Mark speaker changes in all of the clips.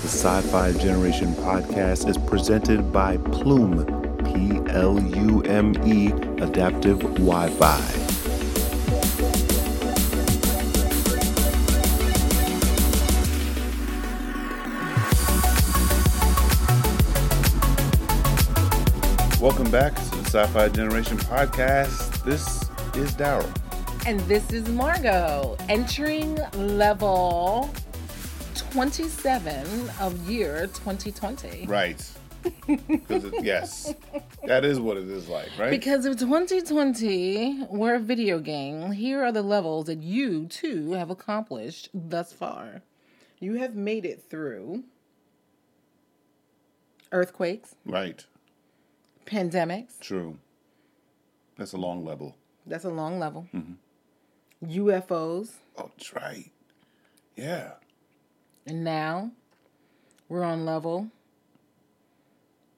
Speaker 1: The Sci Fi Generation podcast is presented by Plume, P L U M E, Adaptive Wi Fi. Welcome back to the Sci Fi Generation podcast. This is Daryl.
Speaker 2: And this is Margot entering level 27 of year 2020.
Speaker 1: Right. Because yes, that is what it is like, right?
Speaker 2: Because if 2020 were a video game, here are the levels that you too have accomplished thus far. You have made it through earthquakes,
Speaker 1: right.
Speaker 2: pandemics.
Speaker 1: True. That's a long level.
Speaker 2: That's a long level. UFOs.
Speaker 1: Oh, that's right. Yeah.
Speaker 2: And now we're on level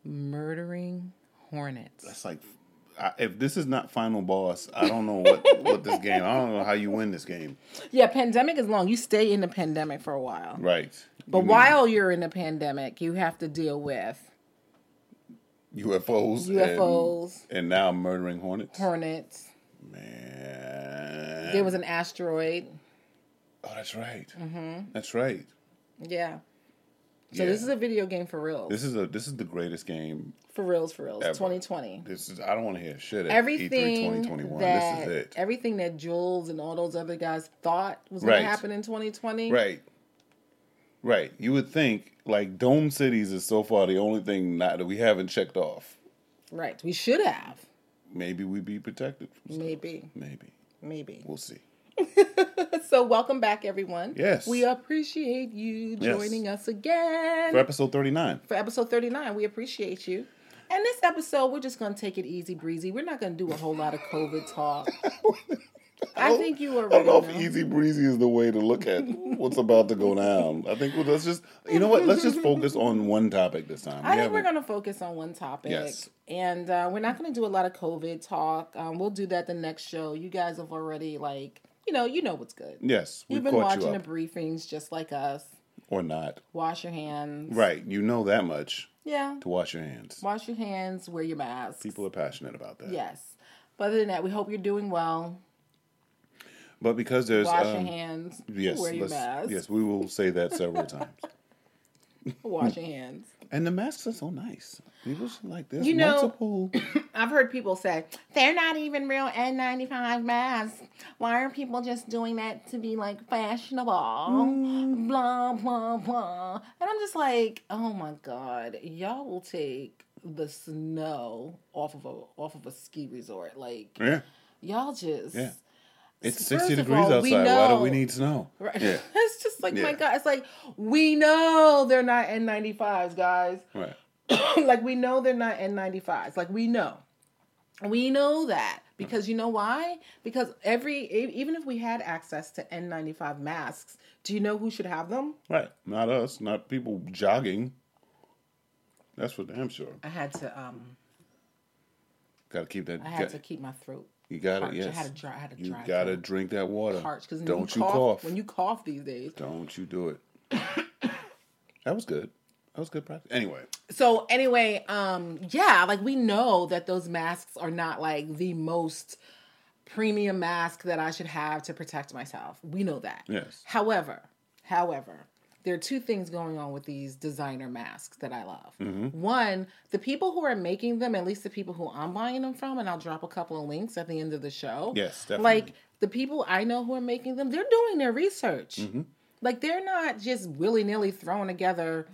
Speaker 2: murdering hornets.
Speaker 1: That's like, I, if this is not final boss, I don't know what what this game. I don't know how you win this game.
Speaker 2: Yeah, pandemic is long. You stay in the pandemic for a while.
Speaker 1: Right.
Speaker 2: But
Speaker 1: Mm-hmm.
Speaker 2: while you're in the pandemic, you have to deal with
Speaker 1: UFOs. and-
Speaker 2: UFOs,
Speaker 1: And, now murdering hornets.
Speaker 2: hornets.
Speaker 1: Man.
Speaker 2: There was an asteroid.
Speaker 1: Oh, that's right. Mm-hmm. That's right.
Speaker 2: Yeah. So this
Speaker 1: Yeah.
Speaker 2: is a video game for real.
Speaker 1: This is a this is the greatest game.
Speaker 2: For reals, for reals. 2020.
Speaker 1: This is I don't want to hear shit. At E E3
Speaker 2: Everything
Speaker 1: 2021.
Speaker 2: that
Speaker 1: This is it.
Speaker 2: everything that Jules and all those other guys thought was going
Speaker 1: Right.
Speaker 2: to happen in 2020.
Speaker 1: right. Right. You would think like Dome Cities is so far the only thing not that we haven't checked off.
Speaker 2: Right. We should have.
Speaker 1: Maybe we'd be protected. From stuff.
Speaker 2: Maybe.
Speaker 1: Maybe.
Speaker 2: Maybe.
Speaker 1: We'll see.
Speaker 2: So welcome back, everyone.
Speaker 1: Yes.
Speaker 2: We appreciate you
Speaker 1: Yes.
Speaker 2: joining us again.
Speaker 1: For episode 39.
Speaker 2: for episode 39. We appreciate you. And this episode, we're just going to take it easy breezy. We're not going to do a whole lot of COVID talk. I think you
Speaker 1: I don't
Speaker 2: already
Speaker 1: know
Speaker 2: know.
Speaker 1: if easy breezy is the way to look at what's about to go down. I think well, let's just you know what? Let's just focus on one topic this time.
Speaker 2: I
Speaker 1: We
Speaker 2: think we're
Speaker 1: haven't-
Speaker 2: going to focus on one topic.
Speaker 1: Yes.
Speaker 2: And uh, we're not going to do a lot of COVID talk. Um, we'll do that the next show. You guys have already, like, you know, you know what's good.
Speaker 1: yes, we've
Speaker 2: You've been
Speaker 1: caught you
Speaker 2: watching the
Speaker 1: up
Speaker 2: briefings just like us.
Speaker 1: or not.
Speaker 2: Wash your hands.
Speaker 1: Right, you know that much
Speaker 2: Yeah.
Speaker 1: to wash your hands.
Speaker 2: Wash your hands. Wear your masks.
Speaker 1: People are passionate about that.
Speaker 2: Yes. But other than that, we hope you're doing well.
Speaker 1: But because there's
Speaker 2: Wash
Speaker 1: um,
Speaker 2: your hands.
Speaker 1: yes,
Speaker 2: wear your
Speaker 1: let's-
Speaker 2: mask.
Speaker 1: yes, we will say that several times.
Speaker 2: Wash your hands.
Speaker 1: And the masks are so nice. People should like this.
Speaker 2: You know-
Speaker 1: multiple.
Speaker 2: I've heard people say they're not even real N95 masks. Why are people just doing that to be like fashionable?
Speaker 1: Mm.
Speaker 2: Blah blah blah. And I'm just like, oh my god, y'all will take the snow off of a off of a ski resort. Like
Speaker 1: yeah,
Speaker 2: y'all just.
Speaker 1: Yeah. it's
Speaker 2: First
Speaker 1: sixty
Speaker 2: of
Speaker 1: degrees
Speaker 2: all, we
Speaker 1: outside. Why do
Speaker 2: know-
Speaker 1: we need snow?
Speaker 2: Right.
Speaker 1: Yeah.
Speaker 2: it's just like
Speaker 1: Yeah.
Speaker 2: my god. It's like we know they're not N95s, guys.
Speaker 1: Right.
Speaker 2: like we know they're not N95s. Like we know, we know that because you know why? Because every e- even if we had access to N95 masks, do you know who should have them?
Speaker 1: Right. Not us. Not people jogging. That's for damn sure.
Speaker 2: I had to um,
Speaker 1: Got to keep that.
Speaker 2: I had
Speaker 1: got-
Speaker 2: to keep my throat
Speaker 1: you got
Speaker 2: parched.
Speaker 1: to yes.
Speaker 2: I had to dry. I had to
Speaker 1: you
Speaker 2: dry.
Speaker 1: got to
Speaker 2: throat
Speaker 1: drink that water.
Speaker 2: parched because
Speaker 1: Don't
Speaker 2: you,
Speaker 1: you cough.
Speaker 2: when you cough these days.
Speaker 1: Don't you do it. that was good. That was good practice. Anyway,
Speaker 2: So anyway, um, yeah, like we know that those masks are not like the most premium mask that I should have to protect myself. We know that.
Speaker 1: Yes.
Speaker 2: However, however, there are two things going on with these designer masks that I love.
Speaker 1: Mm-hmm.
Speaker 2: One, the people who are making them, at least the people who I'm buying them from, and I'll drop a couple of links at the end of the show.
Speaker 1: Yes, definitely.
Speaker 2: Like the people I know who are making them, they're doing their research.
Speaker 1: Mm-hmm.
Speaker 2: Like they're not just willy nilly throwing together,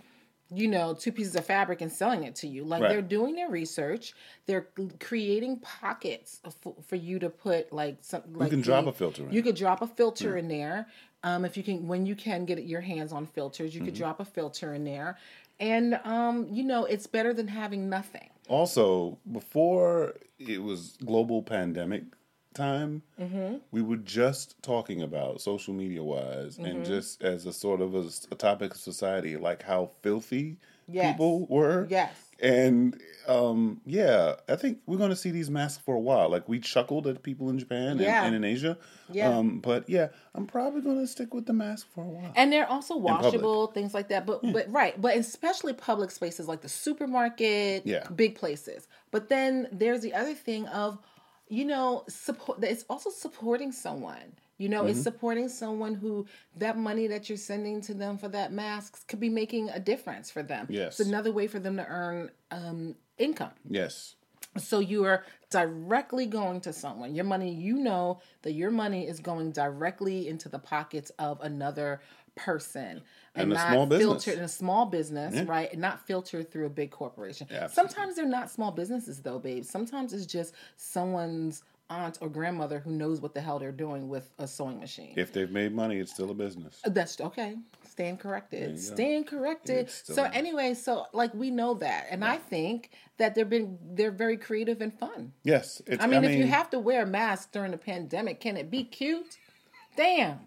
Speaker 2: you know, two pieces of fabric and selling it to you. Like
Speaker 1: Right.
Speaker 2: they're doing their research. They're creating pockets for, for you to put like some. Like
Speaker 1: can drop a filter in.
Speaker 2: You could drop a filter in there. Um, if you can, when you can get your hands on filters, you
Speaker 1: Mm-hmm.
Speaker 2: could drop a filter in there, and um, you know it's better than having nothing.
Speaker 1: also before it was global pandemic
Speaker 3: time,
Speaker 2: Mm-hmm.
Speaker 3: we were just talking about social media wise
Speaker 2: Mm-hmm.
Speaker 3: and just as a sort of a, s- a topic of society, like how filthy
Speaker 2: Yes.
Speaker 3: people were.
Speaker 2: Yes.
Speaker 3: And um, yeah, I think we're going to see these masks for a while. Like we chuckled at people in Japan and,
Speaker 2: Yeah.
Speaker 3: and in Asia.
Speaker 2: Yeah.
Speaker 3: Um, but yeah, I'm probably going to stick with the mask for a while.
Speaker 2: And they're also
Speaker 3: public.
Speaker 2: washable, things like that. But but right, but especially public spaces like the supermarket,
Speaker 3: Yeah.
Speaker 2: big places. But then there's the other thing of, you know, support. that It's also supporting someone. You know,
Speaker 3: Mm-hmm.
Speaker 2: it's supporting someone who that money that you're sending to them for that mask could be making a difference for them.
Speaker 3: Yes.
Speaker 2: it's another way for them to earn um, income.
Speaker 3: yes.
Speaker 2: So you are directly going to someone. Your money, you know that your money is going directly into the pockets of another person
Speaker 3: And a small business.
Speaker 2: filtered in a small business, right? And not filtered through a big corporation. Sometimes they're not small businesses though, babe. Sometimes it's just someone's aunt or grandmother who knows what the hell they're doing with a sewing machine.
Speaker 3: If they've made money, it's still a business.
Speaker 2: That's okay. Stand corrected. Stand corrected.
Speaker 3: still
Speaker 2: So anyway, so like we know that. And I think that they've been they're very creative and fun.
Speaker 3: Yes. It's,
Speaker 2: I mean, if you have to wear a mask during the pandemic, can it be cute? Damn.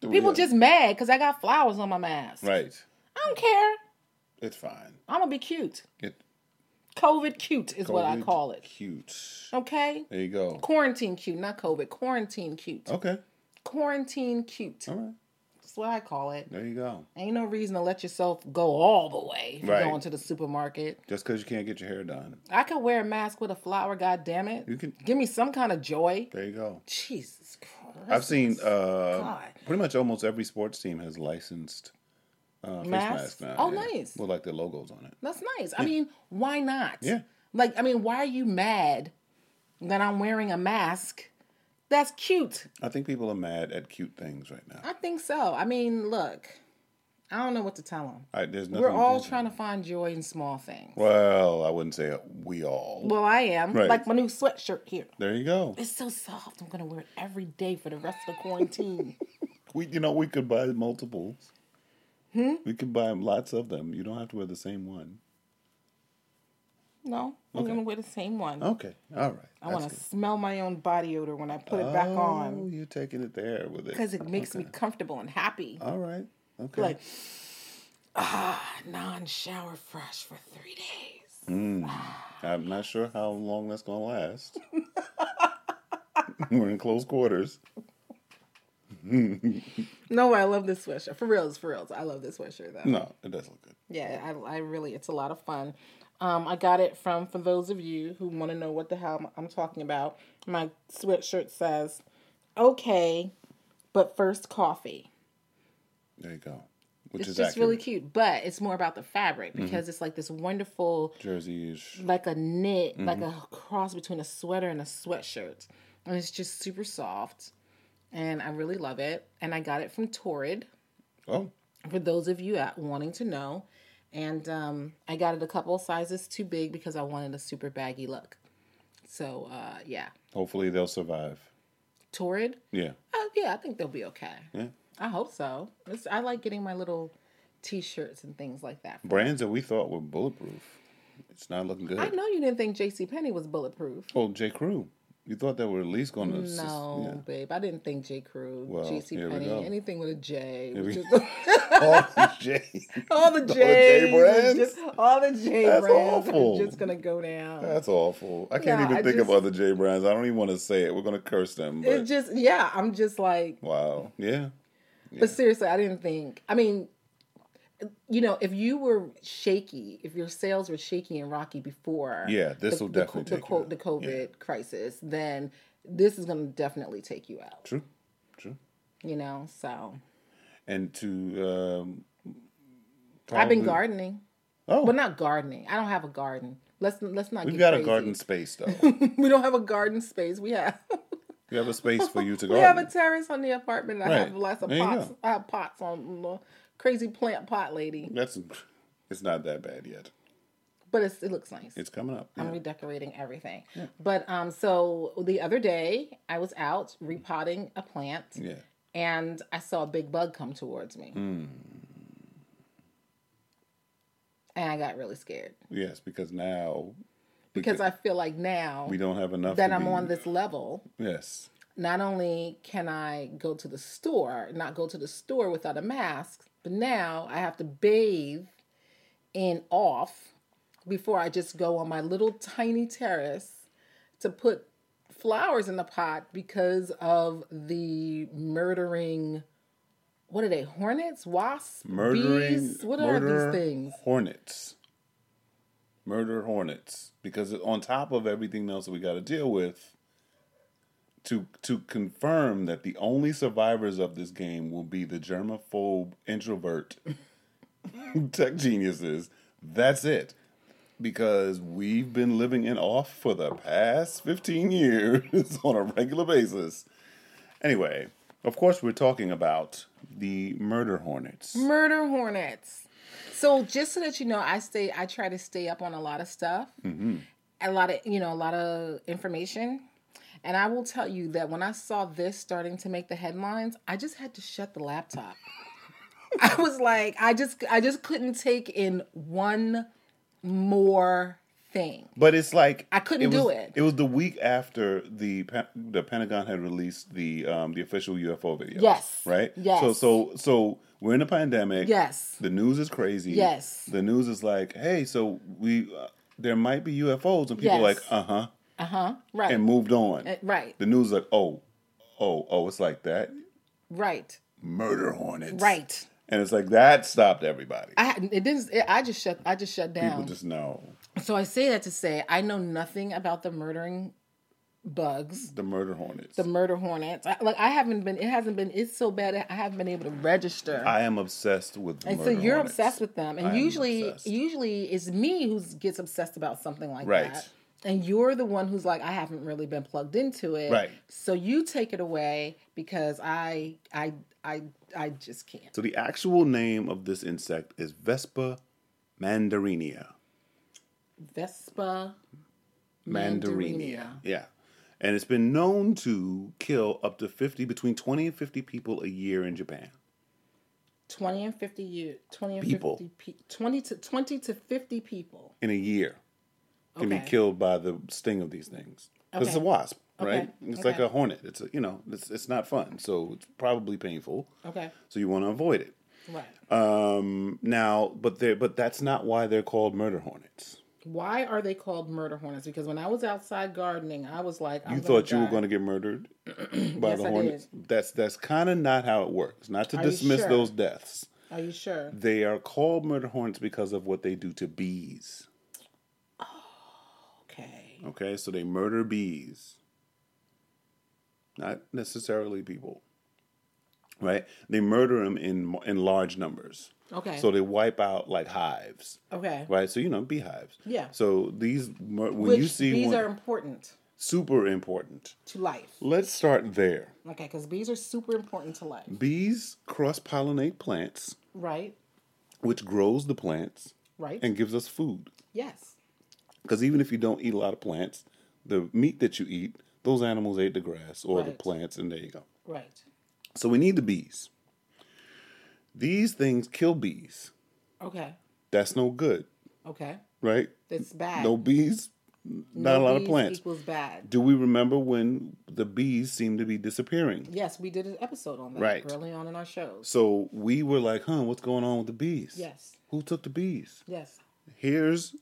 Speaker 2: People
Speaker 3: yeah.
Speaker 2: just mad because I got flowers on my mask.
Speaker 3: Right.
Speaker 2: I don't care.
Speaker 3: It's fine.
Speaker 2: I'm going to be cute.
Speaker 3: It,
Speaker 2: COVID cute is what I
Speaker 3: COVID
Speaker 2: call it.
Speaker 3: Cute.
Speaker 2: Okay?
Speaker 3: There you go.
Speaker 2: Quarantine cute, not COVID. Quarantine cute.
Speaker 3: Okay.
Speaker 2: Quarantine cute.
Speaker 3: All right.
Speaker 2: That's what I call it.
Speaker 3: There you go.
Speaker 2: Ain't no reason to let yourself go all the way if
Speaker 3: Right.
Speaker 2: you're going to the supermarket.
Speaker 3: Just because you can't get your hair done.
Speaker 2: I could wear a mask with a flower, God damn it.
Speaker 3: You can.
Speaker 2: Give me some kind of joy.
Speaker 3: There you go.
Speaker 2: Jesus Christ.
Speaker 3: I've seen uh,
Speaker 2: God.
Speaker 3: pretty much almost every sports team has licensed uh, face
Speaker 2: Masks?
Speaker 3: masks now.
Speaker 2: Oh, nice.
Speaker 3: With like their logos on it.
Speaker 2: That's nice. I mean, why not?
Speaker 3: Yeah.
Speaker 2: Like, I mean, why are you mad that I'm wearing a mask? That's cute.
Speaker 3: I think people are mad at cute things right now.
Speaker 2: I think so. I mean, look, I don't know what to tell them.
Speaker 3: I, there's nothing
Speaker 2: We're all trying to find joy in small things.
Speaker 3: Well, I wouldn't say we all.
Speaker 2: Well, I am.
Speaker 3: Right.
Speaker 2: Like my new sweatshirt here.
Speaker 3: There you go.
Speaker 2: It's so soft. I'm going to wear it every day for the rest of the quarantine.
Speaker 3: We, you know, we could buy multiples. Hmm? We could buy lots of them. You don't have to wear the same one.
Speaker 2: no, I'm going to wear the same one.
Speaker 3: Okay. All right.
Speaker 2: I want to smell my own body odor when I put it back on
Speaker 3: Oh, You're taking it there with it.
Speaker 2: because it makes me comfortable and happy.
Speaker 3: All right. Okay.
Speaker 2: like ah non-shower fresh for three days
Speaker 3: I'm not sure how long that's gonna last. We're in close quarters.
Speaker 2: no i love this sweatshirt for reals for reals i love this sweatshirt though
Speaker 3: No, it does look good.
Speaker 2: yeah I, I really it's a lot of fun um i got it from for those of you who want to know what the hell I'm, I'm talking about my sweatshirt says okay but first coffee
Speaker 3: There you go. Which
Speaker 2: it's
Speaker 3: is
Speaker 2: just
Speaker 3: accurate. Mm-hmm.
Speaker 2: really cute but it's more about the fabric because it's like this wonderful
Speaker 3: Jersey-ish.
Speaker 2: like a knit, like a cross between a sweater and a sweatshirt. And it's just super soft. And I really love it. And I got it from Torrid
Speaker 3: Oh,
Speaker 2: for those of you at wanting to know. And um, I got it a couple sizes too big because I wanted a super baggy look. So uh, yeah,
Speaker 3: hopefully they'll survive.
Speaker 2: Torrid.
Speaker 3: Yeah.
Speaker 2: Oh yeah, I think they'll be okay.
Speaker 3: Yeah.
Speaker 2: I hope so. It's, I like getting my little t-shirts and things like that.
Speaker 3: Brands that we thought were bulletproof. It's not looking good.
Speaker 2: I know you didn't think J.C. Penney was bulletproof.
Speaker 3: Oh, J. Crew. You thought they were at least gonna. s-
Speaker 2: No,
Speaker 3: yeah.
Speaker 2: babe. I didn't think J. Crew,
Speaker 3: Well,
Speaker 2: J.C.
Speaker 3: here we
Speaker 2: Penney,
Speaker 3: go.
Speaker 2: anything with a J. was
Speaker 3: we-
Speaker 2: just-
Speaker 3: Oh, J.
Speaker 2: all the J's.
Speaker 3: J
Speaker 2: were
Speaker 3: brands?
Speaker 2: just- all the J
Speaker 3: That's
Speaker 2: brands
Speaker 3: awful.
Speaker 2: are just going to go down.
Speaker 3: That's awful. I can't
Speaker 2: Nah,
Speaker 3: even
Speaker 2: I
Speaker 3: think of
Speaker 2: just-
Speaker 3: other J brands. I don't even want to say it. We're gonna curse them. But
Speaker 2: it's just, yeah, I'm just like,
Speaker 3: wow. Yeah.
Speaker 2: but seriously, I didn't think, I mean, you know, if you were shaky, if your sales were shaky and rocky before
Speaker 3: Yeah. This will
Speaker 2: the,
Speaker 3: definitely
Speaker 2: the,
Speaker 3: take
Speaker 2: co-
Speaker 3: you
Speaker 2: the
Speaker 3: out.
Speaker 2: COVID crisis, then this is going to definitely take you out,
Speaker 3: True. True.
Speaker 2: you know? So
Speaker 3: and to um,
Speaker 2: I've been
Speaker 3: probably-
Speaker 2: gardening.
Speaker 3: Oh,
Speaker 2: Well, not gardening. I don't have a garden. Let's let's not.
Speaker 3: we've
Speaker 2: get
Speaker 3: got
Speaker 2: crazy.
Speaker 3: a garden space though.
Speaker 2: We don't have a garden space. We have
Speaker 3: we have a space for you to
Speaker 2: we have
Speaker 3: garden.
Speaker 2: a terrace on the apartment. I have
Speaker 3: Right.
Speaker 2: lots of
Speaker 3: There you
Speaker 2: pots.
Speaker 3: go.
Speaker 2: I have pots on the crazy plant pot lady,
Speaker 3: That's it's not that bad yet.
Speaker 2: but it's, it looks nice.
Speaker 3: It's coming up.
Speaker 2: I'm redecorating everything. But um, so the other day I was out repotting a plant,
Speaker 3: Yeah. Hmm.
Speaker 2: and I saw a big bug come towards me, and I got really scared.
Speaker 3: Yes, because now
Speaker 2: because I feel like now
Speaker 3: We don't have enough.
Speaker 2: that
Speaker 3: to
Speaker 2: I'm
Speaker 3: be-
Speaker 2: on this level,
Speaker 3: Yes.
Speaker 2: not only can I go to the store, not go to the store without a mask, but now I have to bathe in off before I just go on my little tiny terrace to put flowers in the pot because of the murdering what are they hornets wasps
Speaker 3: Murdering.
Speaker 2: bees what
Speaker 3: murder
Speaker 2: are these things
Speaker 3: Hornets. Murder hornets. Because on top of everything else that we got to deal with, to to confirm that the only survivors of this game will be the germaphobe introvert tech geniuses. That's it. Because we've been living in off for the past 15 years on a regular basis. Anyway, of course, we're talking about the murder hornets.
Speaker 2: murder hornets. So just so that you know, I stay. I try to stay up on a lot of stuff, a lot of you know, a lot of information. And I will tell you that when I saw this starting to make the headlines, I just had to shut the laptop. I was like, I just, I just couldn't take in one more thing.
Speaker 3: But it's like
Speaker 2: I couldn't
Speaker 3: was-
Speaker 2: do it.
Speaker 3: It was the week after the Pe- the Pentagon had released the um the official UFO video.
Speaker 2: Yes.
Speaker 3: Right.
Speaker 2: Yes.
Speaker 3: So so so we're in a pandemic.
Speaker 2: Yes.
Speaker 3: The news is crazy.
Speaker 2: Yes.
Speaker 3: The news is like, hey, so we uh, there might be UFOs, and
Speaker 2: Yes.
Speaker 3: people are like, uh huh,
Speaker 2: Uh huh. Right.
Speaker 3: and moved on.
Speaker 2: right.
Speaker 3: The news is like, oh, oh, oh, it's like that
Speaker 2: Right.
Speaker 3: murder hornets.
Speaker 2: Right.
Speaker 3: And it's like that stopped everybody.
Speaker 2: I it didn't. It, I just shut. I just shut down.
Speaker 3: People just know
Speaker 2: So I say that to say I know nothing about the murdering bugs,
Speaker 3: the murder hornets.
Speaker 2: the murder hornets. I, like I haven't been. It hasn't been. It's so bad. I haven't been able to register.
Speaker 3: I am obsessed with. The
Speaker 2: and so
Speaker 3: murder
Speaker 2: you're
Speaker 3: hornets.
Speaker 2: obsessed with them, and
Speaker 3: I am
Speaker 2: usually,
Speaker 3: obsessed.
Speaker 2: usually it's me who gets obsessed about something like
Speaker 3: Right.
Speaker 2: that. And you're the one who's like, I haven't really been plugged into it.
Speaker 3: Right.
Speaker 2: So you take it away because I, I, I, I just can't.
Speaker 3: So the actual name of this insect is Vespa mandarinia.
Speaker 2: Vespa. Mandarinia.
Speaker 3: Yeah. And it's been known to kill up to 50, between 20 and 50 people a year in Japan.
Speaker 2: 20 and 50 year 20 and
Speaker 3: People.
Speaker 2: 50 pe- 20 to 20 to 50 people
Speaker 3: In a year. Can
Speaker 2: Okay.
Speaker 3: be killed by the sting of these things. 'Cause It's a
Speaker 2: Okay.
Speaker 3: wasp, right?
Speaker 2: Okay.
Speaker 3: It's like
Speaker 2: Okay.
Speaker 3: a hornet. It's a, you know, it's, it's not fun. So it's probably painful.
Speaker 2: okay
Speaker 3: So you want to avoid it.
Speaker 2: right
Speaker 3: Um, now, but they are but that's not why they're called murder hornets.
Speaker 2: why are they called murder hornets because when i was outside gardening i was like I'm
Speaker 3: You thought you were
Speaker 2: die.
Speaker 3: going to get murdered by
Speaker 2: Yes,
Speaker 3: the
Speaker 2: I
Speaker 3: hornets. That's that's kind of not how it works. Not to
Speaker 2: you
Speaker 3: dismiss
Speaker 2: sure?
Speaker 3: those deaths.
Speaker 2: are you sure
Speaker 3: They are called murder hornets because of what they do to bees.
Speaker 2: okay
Speaker 3: Okay, so they murder bees, not necessarily people. Right? They murder them in in large numbers.
Speaker 2: okay
Speaker 3: So they wipe out like hives.
Speaker 2: okay
Speaker 3: Right? So you know beehives.
Speaker 2: Yeah.
Speaker 3: So these mur- when
Speaker 2: which
Speaker 3: you see
Speaker 2: bees
Speaker 3: one,
Speaker 2: are important
Speaker 3: super important.
Speaker 2: to life
Speaker 3: Let's start there.
Speaker 2: okay because bees are super important to life
Speaker 3: Bees cross pollinate plants,
Speaker 2: right
Speaker 3: which grows the plants
Speaker 2: right
Speaker 3: and gives us food.
Speaker 2: yes
Speaker 3: Because even if you don't eat a lot of plants, the meat that you eat, those animals ate the grass or the
Speaker 2: Right.
Speaker 3: plants, and there you go.
Speaker 2: right
Speaker 3: So we need the bees. These things kill bees.
Speaker 2: okay
Speaker 3: That's no good,
Speaker 2: okay
Speaker 3: right?
Speaker 2: that's bad
Speaker 3: No bees, not a lot of
Speaker 2: bees
Speaker 3: plants.
Speaker 2: equals bad
Speaker 3: Do we remember when the bees seemed to be disappearing?
Speaker 2: yes we did an episode on that
Speaker 3: Right.
Speaker 2: early on in our shows
Speaker 3: So we were like, huh, what's going on with the bees?
Speaker 2: yes
Speaker 3: Who took the bees?
Speaker 2: yes
Speaker 3: here's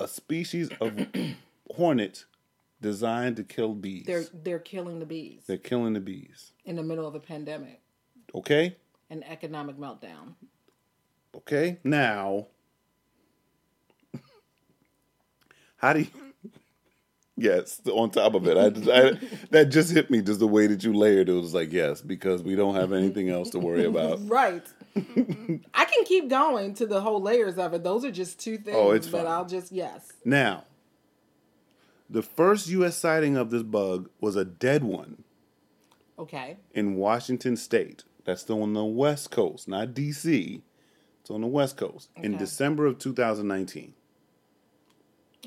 Speaker 3: a species of hornet designed to kill bees.
Speaker 2: they're
Speaker 3: They're,
Speaker 2: they're killing the bees
Speaker 3: killing the bees.
Speaker 2: in the middle of a pandemic
Speaker 3: Okay?
Speaker 2: an economic meltdown
Speaker 3: Okay? Now, how do you. Yes, on top of it, I, just- I that just hit me just the way that you layered it. It was like yes, because we don't have anything else to worry about.
Speaker 2: right i can keep going to the whole layers of it those are just two things
Speaker 3: Oh, it's
Speaker 2: but
Speaker 3: fine.
Speaker 2: i'll just yes
Speaker 3: Now, the first U.S. sighting of this bug was a dead one
Speaker 2: okay
Speaker 3: in Washington State. That's still on the West Coast, not DC. It's on the West Coast in
Speaker 2: Okay.
Speaker 3: December of 2019.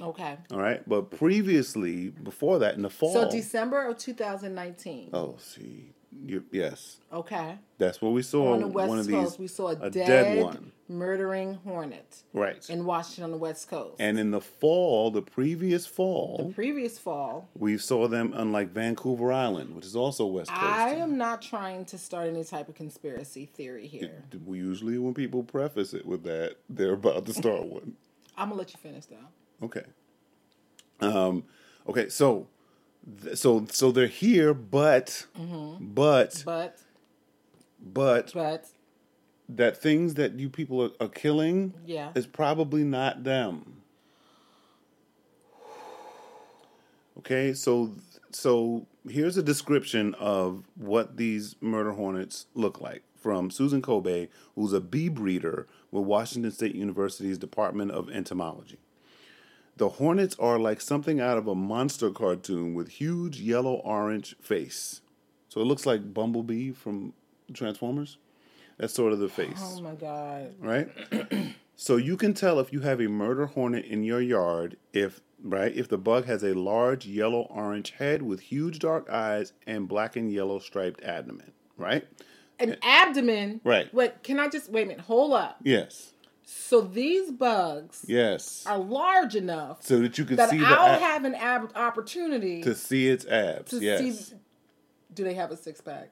Speaker 2: okay
Speaker 3: All right, Oh. but previously, before that, in the fall.
Speaker 2: so december of 2019
Speaker 3: oh, see, You, yes,
Speaker 2: Okay.
Speaker 3: that's what we saw.
Speaker 2: on the West
Speaker 3: Oh. one of these,
Speaker 2: Coast, we saw a,
Speaker 3: a
Speaker 2: dead,
Speaker 3: dead one.
Speaker 2: murdering hornet
Speaker 3: right?
Speaker 2: in Washington on the West Coast.
Speaker 3: and in the fall, the previous fall,
Speaker 2: Previous fall,
Speaker 3: we saw them on like Vancouver Island, which is also West Coast.
Speaker 2: I am not trying to start any type of conspiracy theory here.
Speaker 3: Usually, when people preface it with that, they're about to start one.
Speaker 2: I'm gonna let you finish though.
Speaker 3: Okay. Um. Okay. So, th- so so they're here, but but
Speaker 2: But,
Speaker 3: but
Speaker 2: but,
Speaker 3: that things that you people are, are killing
Speaker 2: Yeah.
Speaker 3: is probably not them. Okay, so so here's a description of what these murder hornets look like from Susan Kobe, who's a bee breeder with Washington State University's Department of Entomology. The hornets are like something out of a monster cartoon with huge yellow orange face. So it looks like Bumblebee from Transformers. That's sort of the face
Speaker 2: oh my god,
Speaker 3: right? so you can tell if you have a murder hornet in your yard if right if the bug has a large yellow orange head with huge dark eyes and black and yellow striped abdomen, right?
Speaker 2: an abdomen.
Speaker 3: Right.
Speaker 2: Wait, can I just wait a minute? Hold up.
Speaker 3: Yes.
Speaker 2: So these bugs
Speaker 3: Yes.
Speaker 2: are large enough
Speaker 3: So that you can
Speaker 2: Uh, that
Speaker 3: see the
Speaker 2: I'll
Speaker 3: ab-
Speaker 2: have an ab- opportunity
Speaker 3: to
Speaker 2: to,
Speaker 3: see its abs. yes.
Speaker 2: see. Do they have a six pack?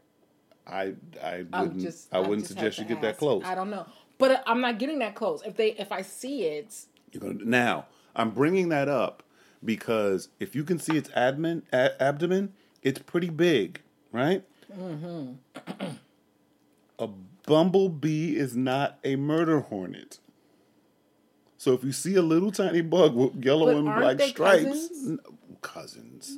Speaker 3: I I
Speaker 2: I'm
Speaker 3: wouldn't
Speaker 2: just.
Speaker 3: I wouldn't
Speaker 2: just
Speaker 3: suggest you
Speaker 2: have
Speaker 3: get
Speaker 2: to
Speaker 3: that
Speaker 2: ask.
Speaker 3: close.
Speaker 2: I don't know, but I'm not getting that close. If they, if I see it,
Speaker 3: You're gonna now. I'm bringing that up because if you can see its admin a- abdomen, it's pretty big, right?
Speaker 2: Mm-hmm.
Speaker 3: a bumblebee is not a murder hornet. So if you see a little tiny bug with yellow
Speaker 2: But
Speaker 3: and
Speaker 2: aren't
Speaker 3: black
Speaker 2: they
Speaker 3: stripes,
Speaker 2: cousins?
Speaker 3: n- cousins.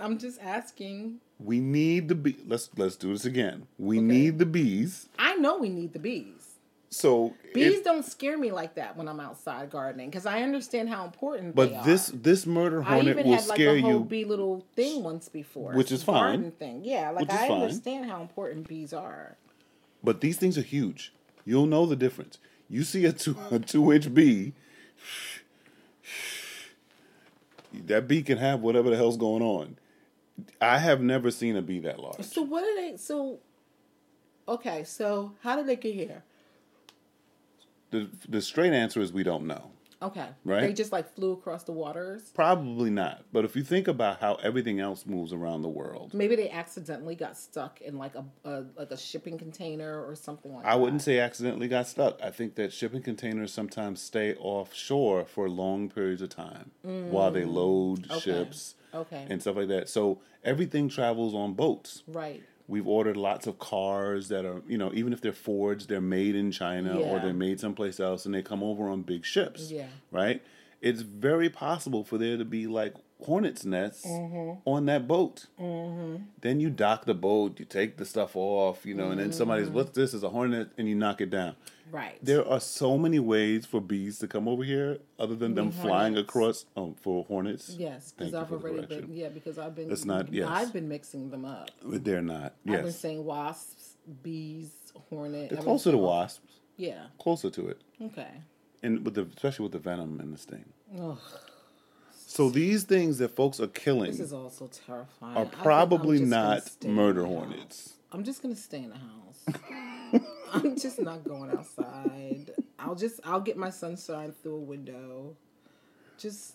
Speaker 2: I'm just asking.
Speaker 3: We need the bee. Let's let's do this again. We need the bees.
Speaker 2: I know we need the bees.
Speaker 3: So
Speaker 2: Bees
Speaker 3: if-
Speaker 2: don't scare me like that when I'm outside gardening because I understand how important.
Speaker 3: but
Speaker 2: they are.
Speaker 3: this this murder
Speaker 2: I
Speaker 3: hornet
Speaker 2: even
Speaker 3: will
Speaker 2: had like
Speaker 3: scare
Speaker 2: a whole
Speaker 3: you.
Speaker 2: bee little thing once before,
Speaker 3: Which is
Speaker 2: Garden
Speaker 3: fine.
Speaker 2: Thing, yeah. Like
Speaker 3: Which is
Speaker 2: I
Speaker 3: fine.
Speaker 2: understand how important bees are.
Speaker 3: But these things are huge. You'll know the difference. You see a two a two inch bee, that bee can have whatever the hell's going on. I have never seen a bee that large.
Speaker 2: So what are they? So okay, so how did they get here?
Speaker 3: The the straight answer is we don't know.
Speaker 2: Okay,
Speaker 3: Right.
Speaker 2: They just like flew across the waters.
Speaker 3: Probably not. But if you think about how everything else moves around the world,
Speaker 2: Maybe they accidentally got stuck in like a, a like a shipping container or something like.
Speaker 3: I
Speaker 2: that.
Speaker 3: wouldn't say accidentally got stuck. I think that shipping containers sometimes stay offshore for long periods of time while they load ships
Speaker 2: Okay.
Speaker 3: and stuff like that. So everything travels on boats.
Speaker 2: right.
Speaker 3: We've ordered lots of cars that are, you know, even if they're forged, they're made in China or
Speaker 2: Yeah.
Speaker 3: they're made someplace else and they come over on big ships.
Speaker 2: Yeah.
Speaker 3: Right? It's very possible for there to be like hornets' nests on that boat. Mm-hmm. Then you dock the boat, you take the stuff off, you know, and then
Speaker 2: Mm-hmm.
Speaker 3: somebody's, what's this? Is a hornet, and you knock it down.
Speaker 2: Right.
Speaker 3: There are so many ways for bees to come over here other than them flying
Speaker 2: hornets.
Speaker 3: across um, for hornets.
Speaker 2: Yes, because
Speaker 3: Thank you
Speaker 2: I've
Speaker 3: for the
Speaker 2: already
Speaker 3: correction.
Speaker 2: been. Yeah, because I've been.
Speaker 3: That's not- yes.
Speaker 2: I've been mixing them up.
Speaker 3: They're not.
Speaker 2: I've been
Speaker 3: Yes.
Speaker 2: saying wasps, bees, hornet.
Speaker 3: They're
Speaker 2: I've been
Speaker 3: closer to
Speaker 2: saying-
Speaker 3: wasps,
Speaker 2: Yeah.
Speaker 3: closer to it.
Speaker 2: Okay.
Speaker 3: and with the especially with the venom and the sting.
Speaker 2: Ugh,
Speaker 3: So these things that folks are killing
Speaker 2: this is also terrifying. I
Speaker 3: are
Speaker 2: think I'm
Speaker 3: probably
Speaker 2: just gonna
Speaker 3: not
Speaker 2: stay in
Speaker 3: murder
Speaker 2: the house.
Speaker 3: hornets.
Speaker 2: I'm just gonna stay in the house. I'm just not going outside. I'll just I'll get my sunshine through a window. Just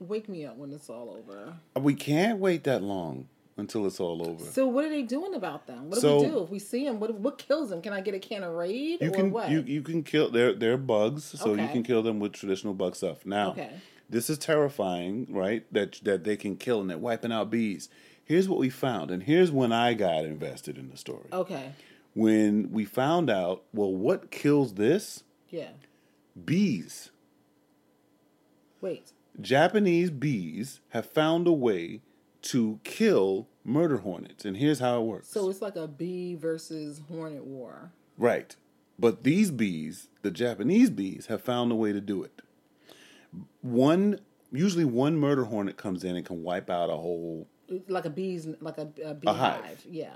Speaker 2: wake me up when it's all over.
Speaker 3: We can't wait that long until it's all over.
Speaker 2: So what are they doing about them? What do
Speaker 3: So-
Speaker 2: we do if we see them? What what kills them? Can I get a can of raid
Speaker 3: you
Speaker 2: or
Speaker 3: can
Speaker 2: what?
Speaker 3: you you can kill their their bugs, so you
Speaker 2: Okay.
Speaker 3: can kill them with traditional bug stuff. Now,
Speaker 2: Okay.
Speaker 3: this is terrifying, right? That that they can kill and they're wiping out bees. Here's what we found, and here's when I got invested in the story.
Speaker 2: okay.
Speaker 3: When we found out, well, what kills this?
Speaker 2: Yeah.
Speaker 3: Bees.
Speaker 2: Wait.
Speaker 3: Japanese bees have found a way to kill murder hornets, and here's how it works.
Speaker 2: So it's like a bee versus hornet war.
Speaker 3: right, but these bees, the Japanese bees, have found a way to do it. One, usually one murder hornet comes in and can wipe out a whole.
Speaker 2: Like a bees like a, a beehive.
Speaker 3: hive.
Speaker 2: Yeah.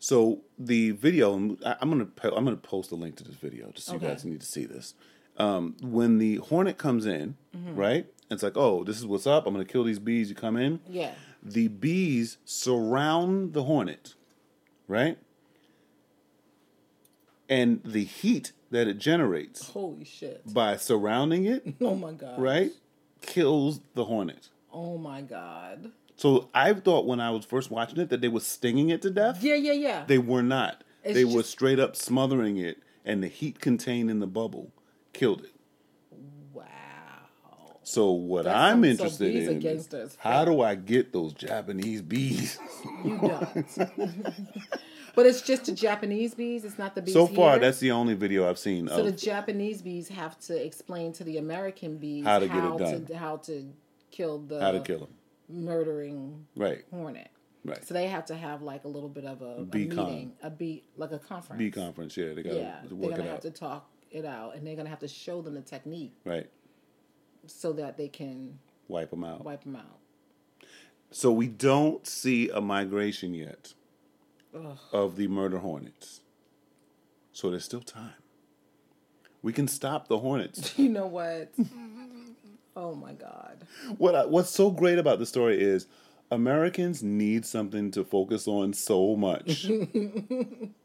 Speaker 3: So the video, I- I'm gonna po- I'm gonna post a link to this video just so
Speaker 2: Okay.
Speaker 3: you guys need to see this. Um, when
Speaker 2: Mm-hmm.
Speaker 3: the hornet comes in, right, it's like, oh, this is what's up. I'm gonna kill these bees. You come in.
Speaker 2: Yeah.
Speaker 3: the bees surround the hornet, right? And the heat that it generates
Speaker 2: Holy shit.
Speaker 3: by surrounding it,
Speaker 2: Oh my god.
Speaker 3: right, kills the hornet.
Speaker 2: Oh my god.
Speaker 3: So I thought when I was first watching it that they were stinging it to death.
Speaker 2: Yeah, yeah, yeah.
Speaker 3: They were not. they were
Speaker 2: just-
Speaker 3: straight up smothering it, and the heat contained in the bubble killed it.
Speaker 2: wow.
Speaker 3: So what
Speaker 2: That sounds
Speaker 3: I'm
Speaker 2: so
Speaker 3: interested
Speaker 2: bees
Speaker 3: in
Speaker 2: against
Speaker 3: is
Speaker 2: us.
Speaker 3: how do I get those Japanese bees?
Speaker 2: You don't. but it's just the Japanese bees. It's not the bees.
Speaker 3: so far,
Speaker 2: here.
Speaker 3: that's the only video I've seen
Speaker 2: So the
Speaker 3: of.
Speaker 2: Japanese bees have to explain to the American bees
Speaker 3: How to get it done.
Speaker 2: to- how to kill the
Speaker 3: how to kill them?
Speaker 2: murdering
Speaker 3: Right,
Speaker 2: hornet.
Speaker 3: right.
Speaker 2: So they have to have like a little bit of a, a
Speaker 3: Bee con.
Speaker 2: meeting, a bee like a conference.
Speaker 3: Bee conference, yeah, they gotta
Speaker 2: Yeah, they're
Speaker 3: work
Speaker 2: gonna
Speaker 3: it
Speaker 2: have
Speaker 3: out.
Speaker 2: to talk it out, and they're gonna have to show them the technique
Speaker 3: Right,
Speaker 2: so that they can
Speaker 3: wipe them out.
Speaker 2: wipe them out.
Speaker 3: So we don't see a migration yet of the murder hornets. So there's still time. We can stop the hornets.
Speaker 2: You know what? oh my god.
Speaker 3: what I, what's so great about the story is Americans need something to focus on so much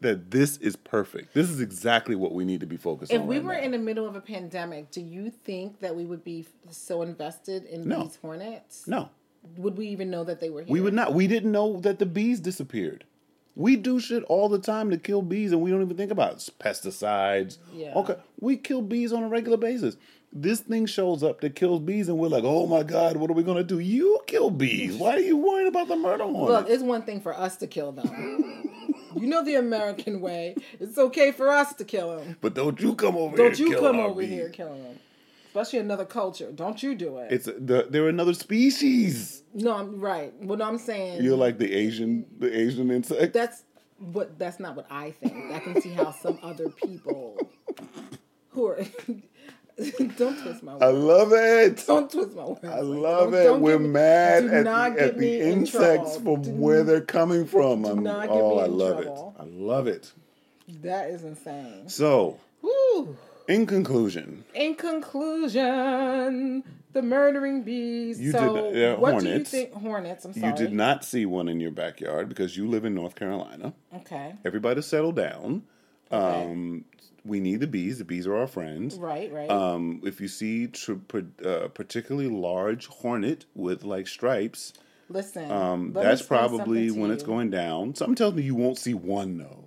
Speaker 3: that this is perfect. This is exactly what we need to be focused
Speaker 2: If
Speaker 3: on.
Speaker 2: we
Speaker 3: right
Speaker 2: were
Speaker 3: now.
Speaker 2: in the middle of a pandemic, do you think that we would be so invested in
Speaker 3: No.
Speaker 2: these hornets?
Speaker 3: no,
Speaker 2: Would we even know that they were here?
Speaker 3: we would not. We didn't know that the bees disappeared. We do shit all the time to kill bees, and we don't even think about it. It's pesticides.
Speaker 2: Yeah.
Speaker 3: Okay, we kill bees on a regular basis. This thing shows up that kills bees, and we're like, "Oh my god, what are we gonna do?" You kill bees. Why are you worried about the murder hornet?
Speaker 2: Look, it's one thing for us to kill them. you know the American way. It's okay for us to kill them.
Speaker 3: but don't you come over here.
Speaker 2: Don't you
Speaker 3: killing
Speaker 2: come
Speaker 3: our
Speaker 2: over
Speaker 3: bees.
Speaker 2: here killing them. Especially another culture. Don't you do it.
Speaker 3: It's the, they're another species.
Speaker 2: no, I'm right. What I'm saying
Speaker 3: You're like the Asian, the Asian insect.
Speaker 2: that's what that's not what I think. I can see how some other people who are don't twist my
Speaker 3: I
Speaker 2: words.
Speaker 3: love it.
Speaker 2: Don't twist my words.
Speaker 3: I love it. We're mad at the, at the insects from where they're coming from. I'm,
Speaker 2: not get
Speaker 3: oh,
Speaker 2: me
Speaker 3: I
Speaker 2: in
Speaker 3: love
Speaker 2: trouble.
Speaker 3: it. I love it.
Speaker 2: That is insane.
Speaker 3: So,
Speaker 2: Whew.
Speaker 3: in conclusion,
Speaker 2: In conclusion, the murdering bees.
Speaker 3: You
Speaker 2: so,
Speaker 3: did not- yeah,
Speaker 2: what do you
Speaker 3: hornets.
Speaker 2: think? Hornets. I'm sorry.
Speaker 3: you did not see one in your backyard because you live in North Carolina.
Speaker 2: Okay.
Speaker 3: Everybody settle down.
Speaker 2: Okay.
Speaker 3: Um, we need the bees. The bees are our friends.
Speaker 2: Right. Right.
Speaker 3: Um, if you see tr- par- uh, particularly large hornet with like stripes,
Speaker 2: Listen.
Speaker 3: Um,
Speaker 2: let me
Speaker 3: that's
Speaker 2: explain
Speaker 3: probably
Speaker 2: something to
Speaker 3: when it's
Speaker 2: you.
Speaker 3: going down. Something tells me you won't see one though.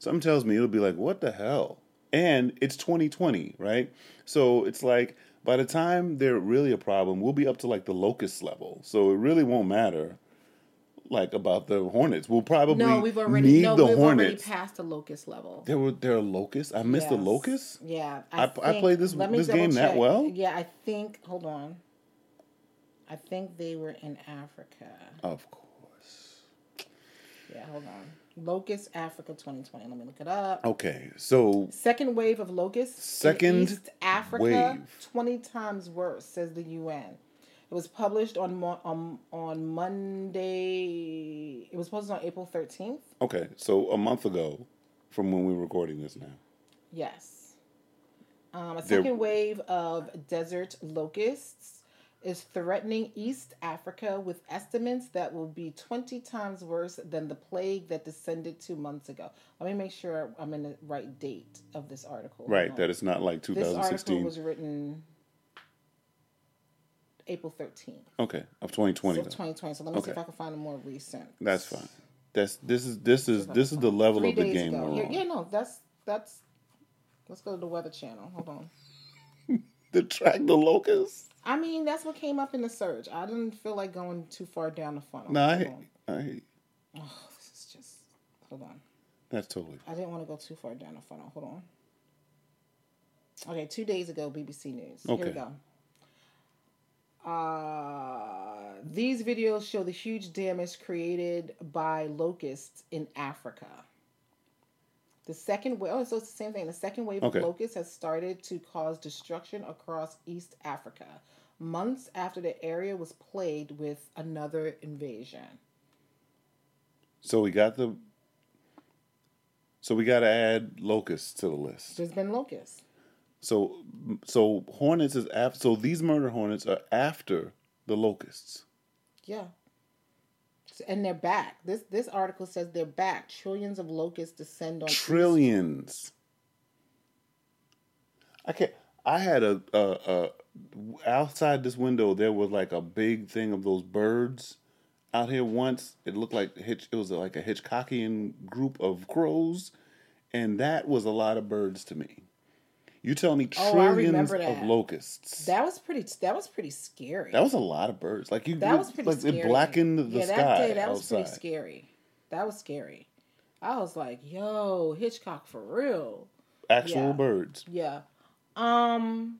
Speaker 3: Something tells me it'll be like, what the hell? And it's 2020, right? So it's like by the time they're really a problem, we'll be up to like the locust level. So it really won't matter. Like about the hornets, we'll probably
Speaker 2: No, we've already
Speaker 3: need
Speaker 2: no,
Speaker 3: the
Speaker 2: we've
Speaker 3: hornets.
Speaker 2: already passed the locust level.
Speaker 3: there were there are locusts. I missed the
Speaker 2: Yes.
Speaker 3: locusts.
Speaker 2: Yeah,
Speaker 3: I- I played this-
Speaker 2: let me
Speaker 3: this game
Speaker 2: double-check.
Speaker 3: that well?
Speaker 2: Yeah, I think. Hold on. I think they were in Africa.
Speaker 3: Of course.
Speaker 2: Yeah, hold on. Locust Africa 2020. Let me look it up.
Speaker 3: Okay, so
Speaker 2: Second wave of locusts. in
Speaker 3: Second
Speaker 2: East Africa,
Speaker 3: wave.
Speaker 2: 20 times worse, says the UN. It was published on Mo- um, on Monday. It was posted on April 13th.
Speaker 3: okay, so a month ago, from when we we're recording this now.
Speaker 2: Yes. Um, a
Speaker 3: There-
Speaker 2: 2nd wave of desert locusts is threatening East Africa with estimates that will be 20 times worse than the plague that descended two months ago. Let me make sure I'm in the right date of this article.
Speaker 3: Right,
Speaker 2: Hold on.
Speaker 3: that it's not like
Speaker 2: this article
Speaker 3: 2016.
Speaker 2: was written April 13th
Speaker 3: okay, of 2020.
Speaker 2: of
Speaker 3: though.
Speaker 2: 2020. So let me see
Speaker 3: Okay.
Speaker 2: if I can find a more recent.
Speaker 3: That's fine. That's this is this is this is the level of the game we're
Speaker 2: Yeah,
Speaker 3: on.
Speaker 2: yeah, no, that's that's. Let's go to the Weather Channel. Hold on.
Speaker 3: The track the locusts.
Speaker 2: I mean, that's what came up in the search. I didn't feel like going too far down the funnel.
Speaker 3: No, I,
Speaker 2: Hold
Speaker 3: hate-
Speaker 2: on.
Speaker 3: I hate-
Speaker 2: Oh, this is just. Hold on.
Speaker 3: that's totally
Speaker 2: I didn't want to go too far down the funnel. Hold on. Okay, two days ago, BBC News. Here we
Speaker 3: Okay.
Speaker 2: go. Uh, these videos show the huge damage created by locusts in Africa. The second wave, oh, so it's the same thing. The second wave
Speaker 3: Okay.
Speaker 2: of locusts has started to cause destruction across East Africa, months after the area was plagued with another invasion.
Speaker 3: so we got the so we got to add locusts to the list.
Speaker 2: There's been locusts.
Speaker 3: So so hornets is after so these murder hornets are after the locusts.
Speaker 2: Yeah. and they're back. This this article says they're back. Trillions of locusts descend on
Speaker 3: Trillions. I can't. I had a, a, a outside this window. There was like a big thing of those birds out here once. It looked like Hitch. It was like a Hitchcockian group of crows, and that was a lot of birds to me. You tell me
Speaker 2: Oh, I
Speaker 3: trillions
Speaker 2: remember
Speaker 3: of
Speaker 2: that.
Speaker 3: locusts. That,
Speaker 2: That was pretty. That was pretty scary.
Speaker 3: was a lot of birds. Like you,
Speaker 2: That was pretty
Speaker 3: like
Speaker 2: scary.
Speaker 3: it blackened the
Speaker 2: yeah,
Speaker 3: sky
Speaker 2: That day, that was
Speaker 3: outside.
Speaker 2: pretty scary. That was scary. I was like, yo, Hitchcock for real.
Speaker 3: Actual
Speaker 2: Yeah.
Speaker 3: birds.
Speaker 2: Yeah. Um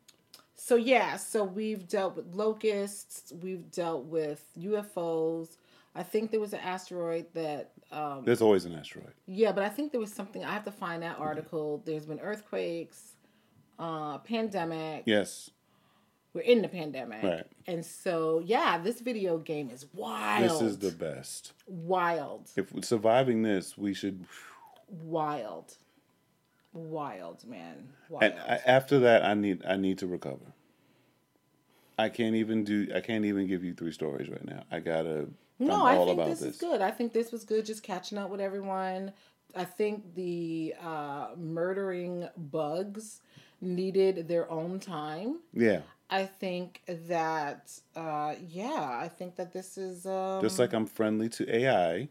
Speaker 2: so yeah, so we've dealt with locusts, we've dealt with UFOs. I think there was an asteroid that um
Speaker 3: There's always an asteroid.
Speaker 2: yeah, but I think there was something I have to find that article. There's been earthquakes, uh pandemic.
Speaker 3: Yes.
Speaker 2: We're in the pandemic.
Speaker 3: Right.
Speaker 2: And so yeah, this video game is wild.
Speaker 3: This is the best.
Speaker 2: wild.
Speaker 3: If we're surviving this, we should.
Speaker 2: wild wild man wild
Speaker 3: And I, after that, I need I need to recover. I can't even do. I can't even give you three stories right now. I gotta.
Speaker 2: no
Speaker 3: I'm
Speaker 2: i think this, is good i think this was good just catching up with everyone i think the uh murdering bugs needed their own time
Speaker 3: Yeah,
Speaker 2: i think that uh yeah i think that this is um
Speaker 3: just like I'm friendly to AI,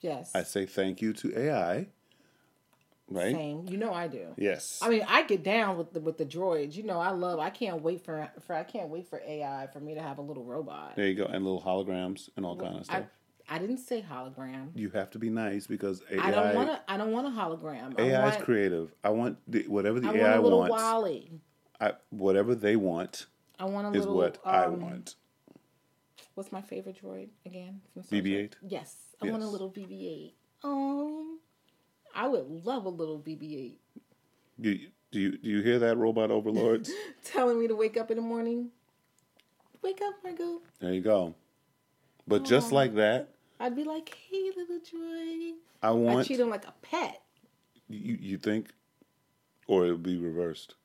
Speaker 2: yes
Speaker 3: I say thank you to AI. Right.
Speaker 2: same you know i do
Speaker 3: Yes.
Speaker 2: I mean, I get down with the with the droids. You know, I love. I can't wait for for I can't wait for AI for me to have a little robot.
Speaker 3: there you go, and little holograms and all kind of stuff.
Speaker 2: I, I didn't say hologram.
Speaker 3: you have to be nice because AI.
Speaker 2: I don't want to. I don't want a hologram. I
Speaker 3: AI is
Speaker 2: want,
Speaker 3: creative. I want the, whatever the
Speaker 2: I want
Speaker 3: AI
Speaker 2: a little
Speaker 3: wants.
Speaker 2: Wally.
Speaker 3: I, whatever they want
Speaker 2: I want a
Speaker 3: is
Speaker 2: little.
Speaker 3: what I
Speaker 2: um,
Speaker 3: want.
Speaker 2: What's my favorite droid again? from Star Trek?
Speaker 3: BB-8.
Speaker 2: Yes, I want a
Speaker 3: Yes.
Speaker 2: little BB-8. Um, I would love a little BB-8
Speaker 3: You, do you do you hear that, robot overlords?
Speaker 2: telling me to wake up in the morning. Wake up, Margot.
Speaker 3: there you go. But
Speaker 2: Oh.
Speaker 3: just like that,
Speaker 2: I'd be like, hey, little droid.
Speaker 3: I
Speaker 2: I
Speaker 3: want
Speaker 2: treat him like a pet.
Speaker 3: you. You think, or it'll be reversed.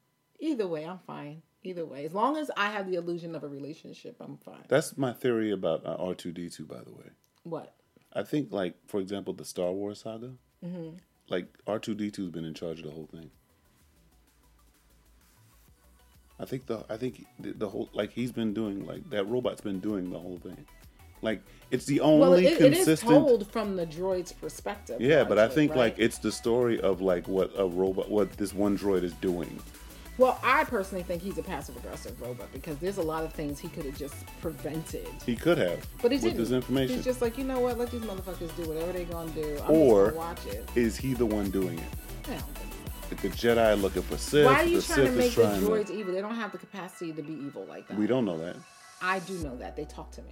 Speaker 2: Either way, I'm fine. Either way, as long as I have the illusion of a relationship, I'm fine.
Speaker 3: That's my theory about uh, R two D two. By the way,
Speaker 2: What?
Speaker 3: I think like for example the Star Wars saga,
Speaker 2: Mm-hmm.
Speaker 3: like R two D two's been in charge of the whole thing. I think the I think the, the whole like he's been doing like that robot's been doing the whole thing, like it's the only
Speaker 2: Well, it, it is
Speaker 3: consistent.
Speaker 2: told from the droid's perspective.
Speaker 3: Yeah, but I
Speaker 2: largely,
Speaker 3: think
Speaker 2: right?
Speaker 3: like it's the story of like what a robot, what this one droid is doing.
Speaker 2: Well, I personally think he's a passive aggressive robot because there's a lot of things he could have just prevented.
Speaker 3: He could have,
Speaker 2: But he
Speaker 3: with
Speaker 2: didn't.
Speaker 3: this information,
Speaker 2: He's just like, you know what? Let these motherfuckers do whatever they're gonna do. I'm
Speaker 3: Or-
Speaker 2: just gonna watch it.
Speaker 3: is he the one doing it?
Speaker 2: I don't think so.
Speaker 3: Like the Jedi looking for Sith.
Speaker 2: Why are you
Speaker 3: the
Speaker 2: trying to
Speaker 3: Sith
Speaker 2: make
Speaker 3: is
Speaker 2: the
Speaker 3: trying
Speaker 2: droids
Speaker 3: To,
Speaker 2: evil? They don't have the capacity to be evil like that.
Speaker 3: we don't know that.
Speaker 2: I do know that. They talk to me.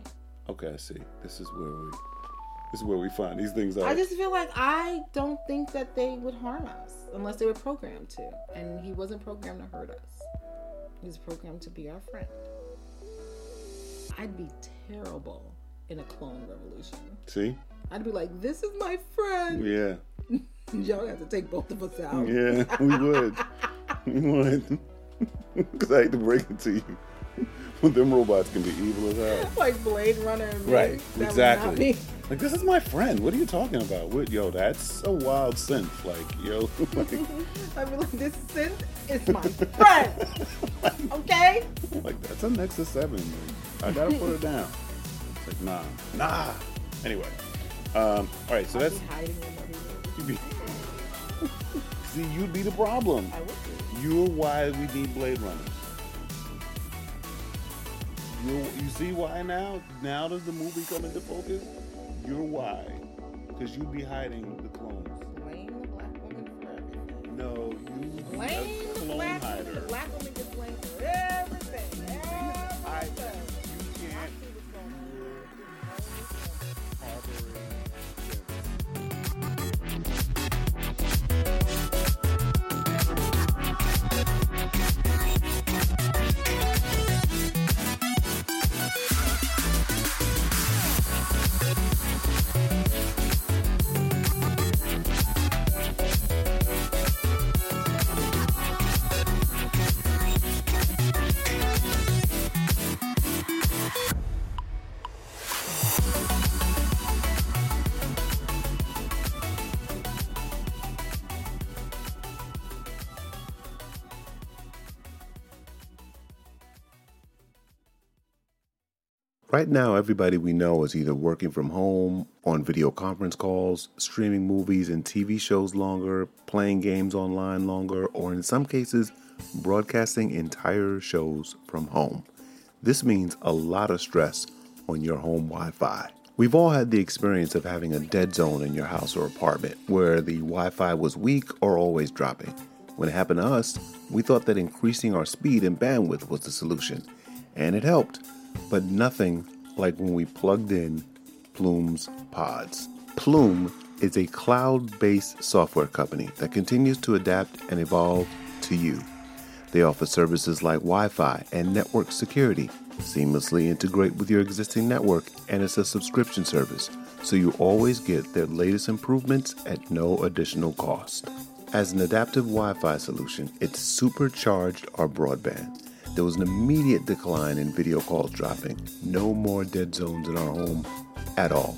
Speaker 3: Okay, I see. This is where we, this is where we find these things out.
Speaker 2: I just feel like I don't think that they would harm us unless they were programmed to. And he wasn't programmed to hurt us. He was programmed to be our friend. I'd be terrible in a clone revolution.
Speaker 3: see,
Speaker 2: I'd be like, this is my friend.
Speaker 3: yeah,
Speaker 2: Y'all have to take both of us out.
Speaker 3: Mm. yeah, we would, we would, because I hate to break it to you, but them robots can be evil as hell.
Speaker 2: Like Blade Runner. and me.
Speaker 3: Right,
Speaker 2: That would not
Speaker 3: exactly.
Speaker 2: be-
Speaker 3: Like this is my friend. What are you talking about? What, yo, that's a wild synth. Like, yo, like,
Speaker 2: I'd be like, this synth is my friend. Okay?
Speaker 3: like that's a Nexus Seven. Like, I gotta put it down. It's like nah, nah. Anyway, um, all right. So
Speaker 2: I'd
Speaker 3: that's
Speaker 2: be hiding in everywhere.
Speaker 3: you'd be, see, you'd be the problem.
Speaker 2: I would be.
Speaker 3: You're why we need Blade Runner. You you see why now? Now does the movie come into focus? You're why, because you'd be hiding the clones.
Speaker 2: Blame the black woman for everything.
Speaker 3: No, you
Speaker 2: Blame
Speaker 3: a
Speaker 2: the
Speaker 3: clone
Speaker 2: black woman. The
Speaker 3: hider.
Speaker 2: black woman gets blamed for everything.
Speaker 3: I, you
Speaker 2: Everything.
Speaker 3: can't. You're harboring.
Speaker 4: Thank
Speaker 1: Right now, everybody we know is either working from home, on video conference calls, streaming movies and TV shows longer, playing games online longer, or in some cases, broadcasting entire shows from home. This means a lot of stress on your home Wi Fi. We've all had the experience of having a dead zone in your house or apartment where the Wi Fi was weak or always dropping. When it happened to us, we thought that increasing our speed and bandwidth was the solution, and it helped, but nothing like when we plugged in Plume's pods. Plume is a cloud based software company that continues to adapt and evolve to you. They offer services like Wi Fi and network security, seamlessly integrate with your existing network, and it's a subscription service, so you always get their latest improvements at no additional cost. As an adaptive Wi Fi solution, it supercharged our broadband. There was an immediate decline in video calls dropping, no more dead zones in our home at all.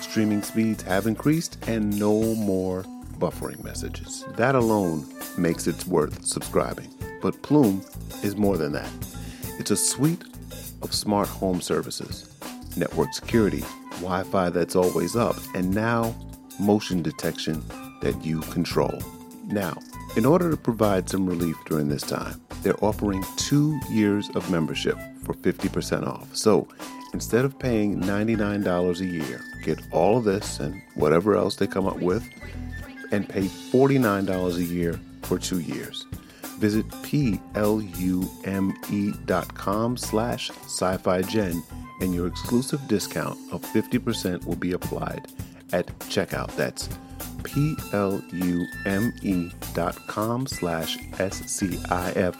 Speaker 1: Streaming speeds have increased, and no more buffering messages. That alone makes it worth subscribing. But Plume is more than that. It's a suite of smart home services, network security, Wi Fi that's always up, and now motion detection that you control. Now, in order to provide some relief during this time, they're offering two years of membership for 50% off. So instead of paying $99 a year, get all of this and whatever else they come up with and pay $49 a year for two years. Visit plume.com E slash sci-fi gen and your exclusive discount of 50% will be applied at checkout. That's E plume.com slash S-C-I-F-I-G-E-N.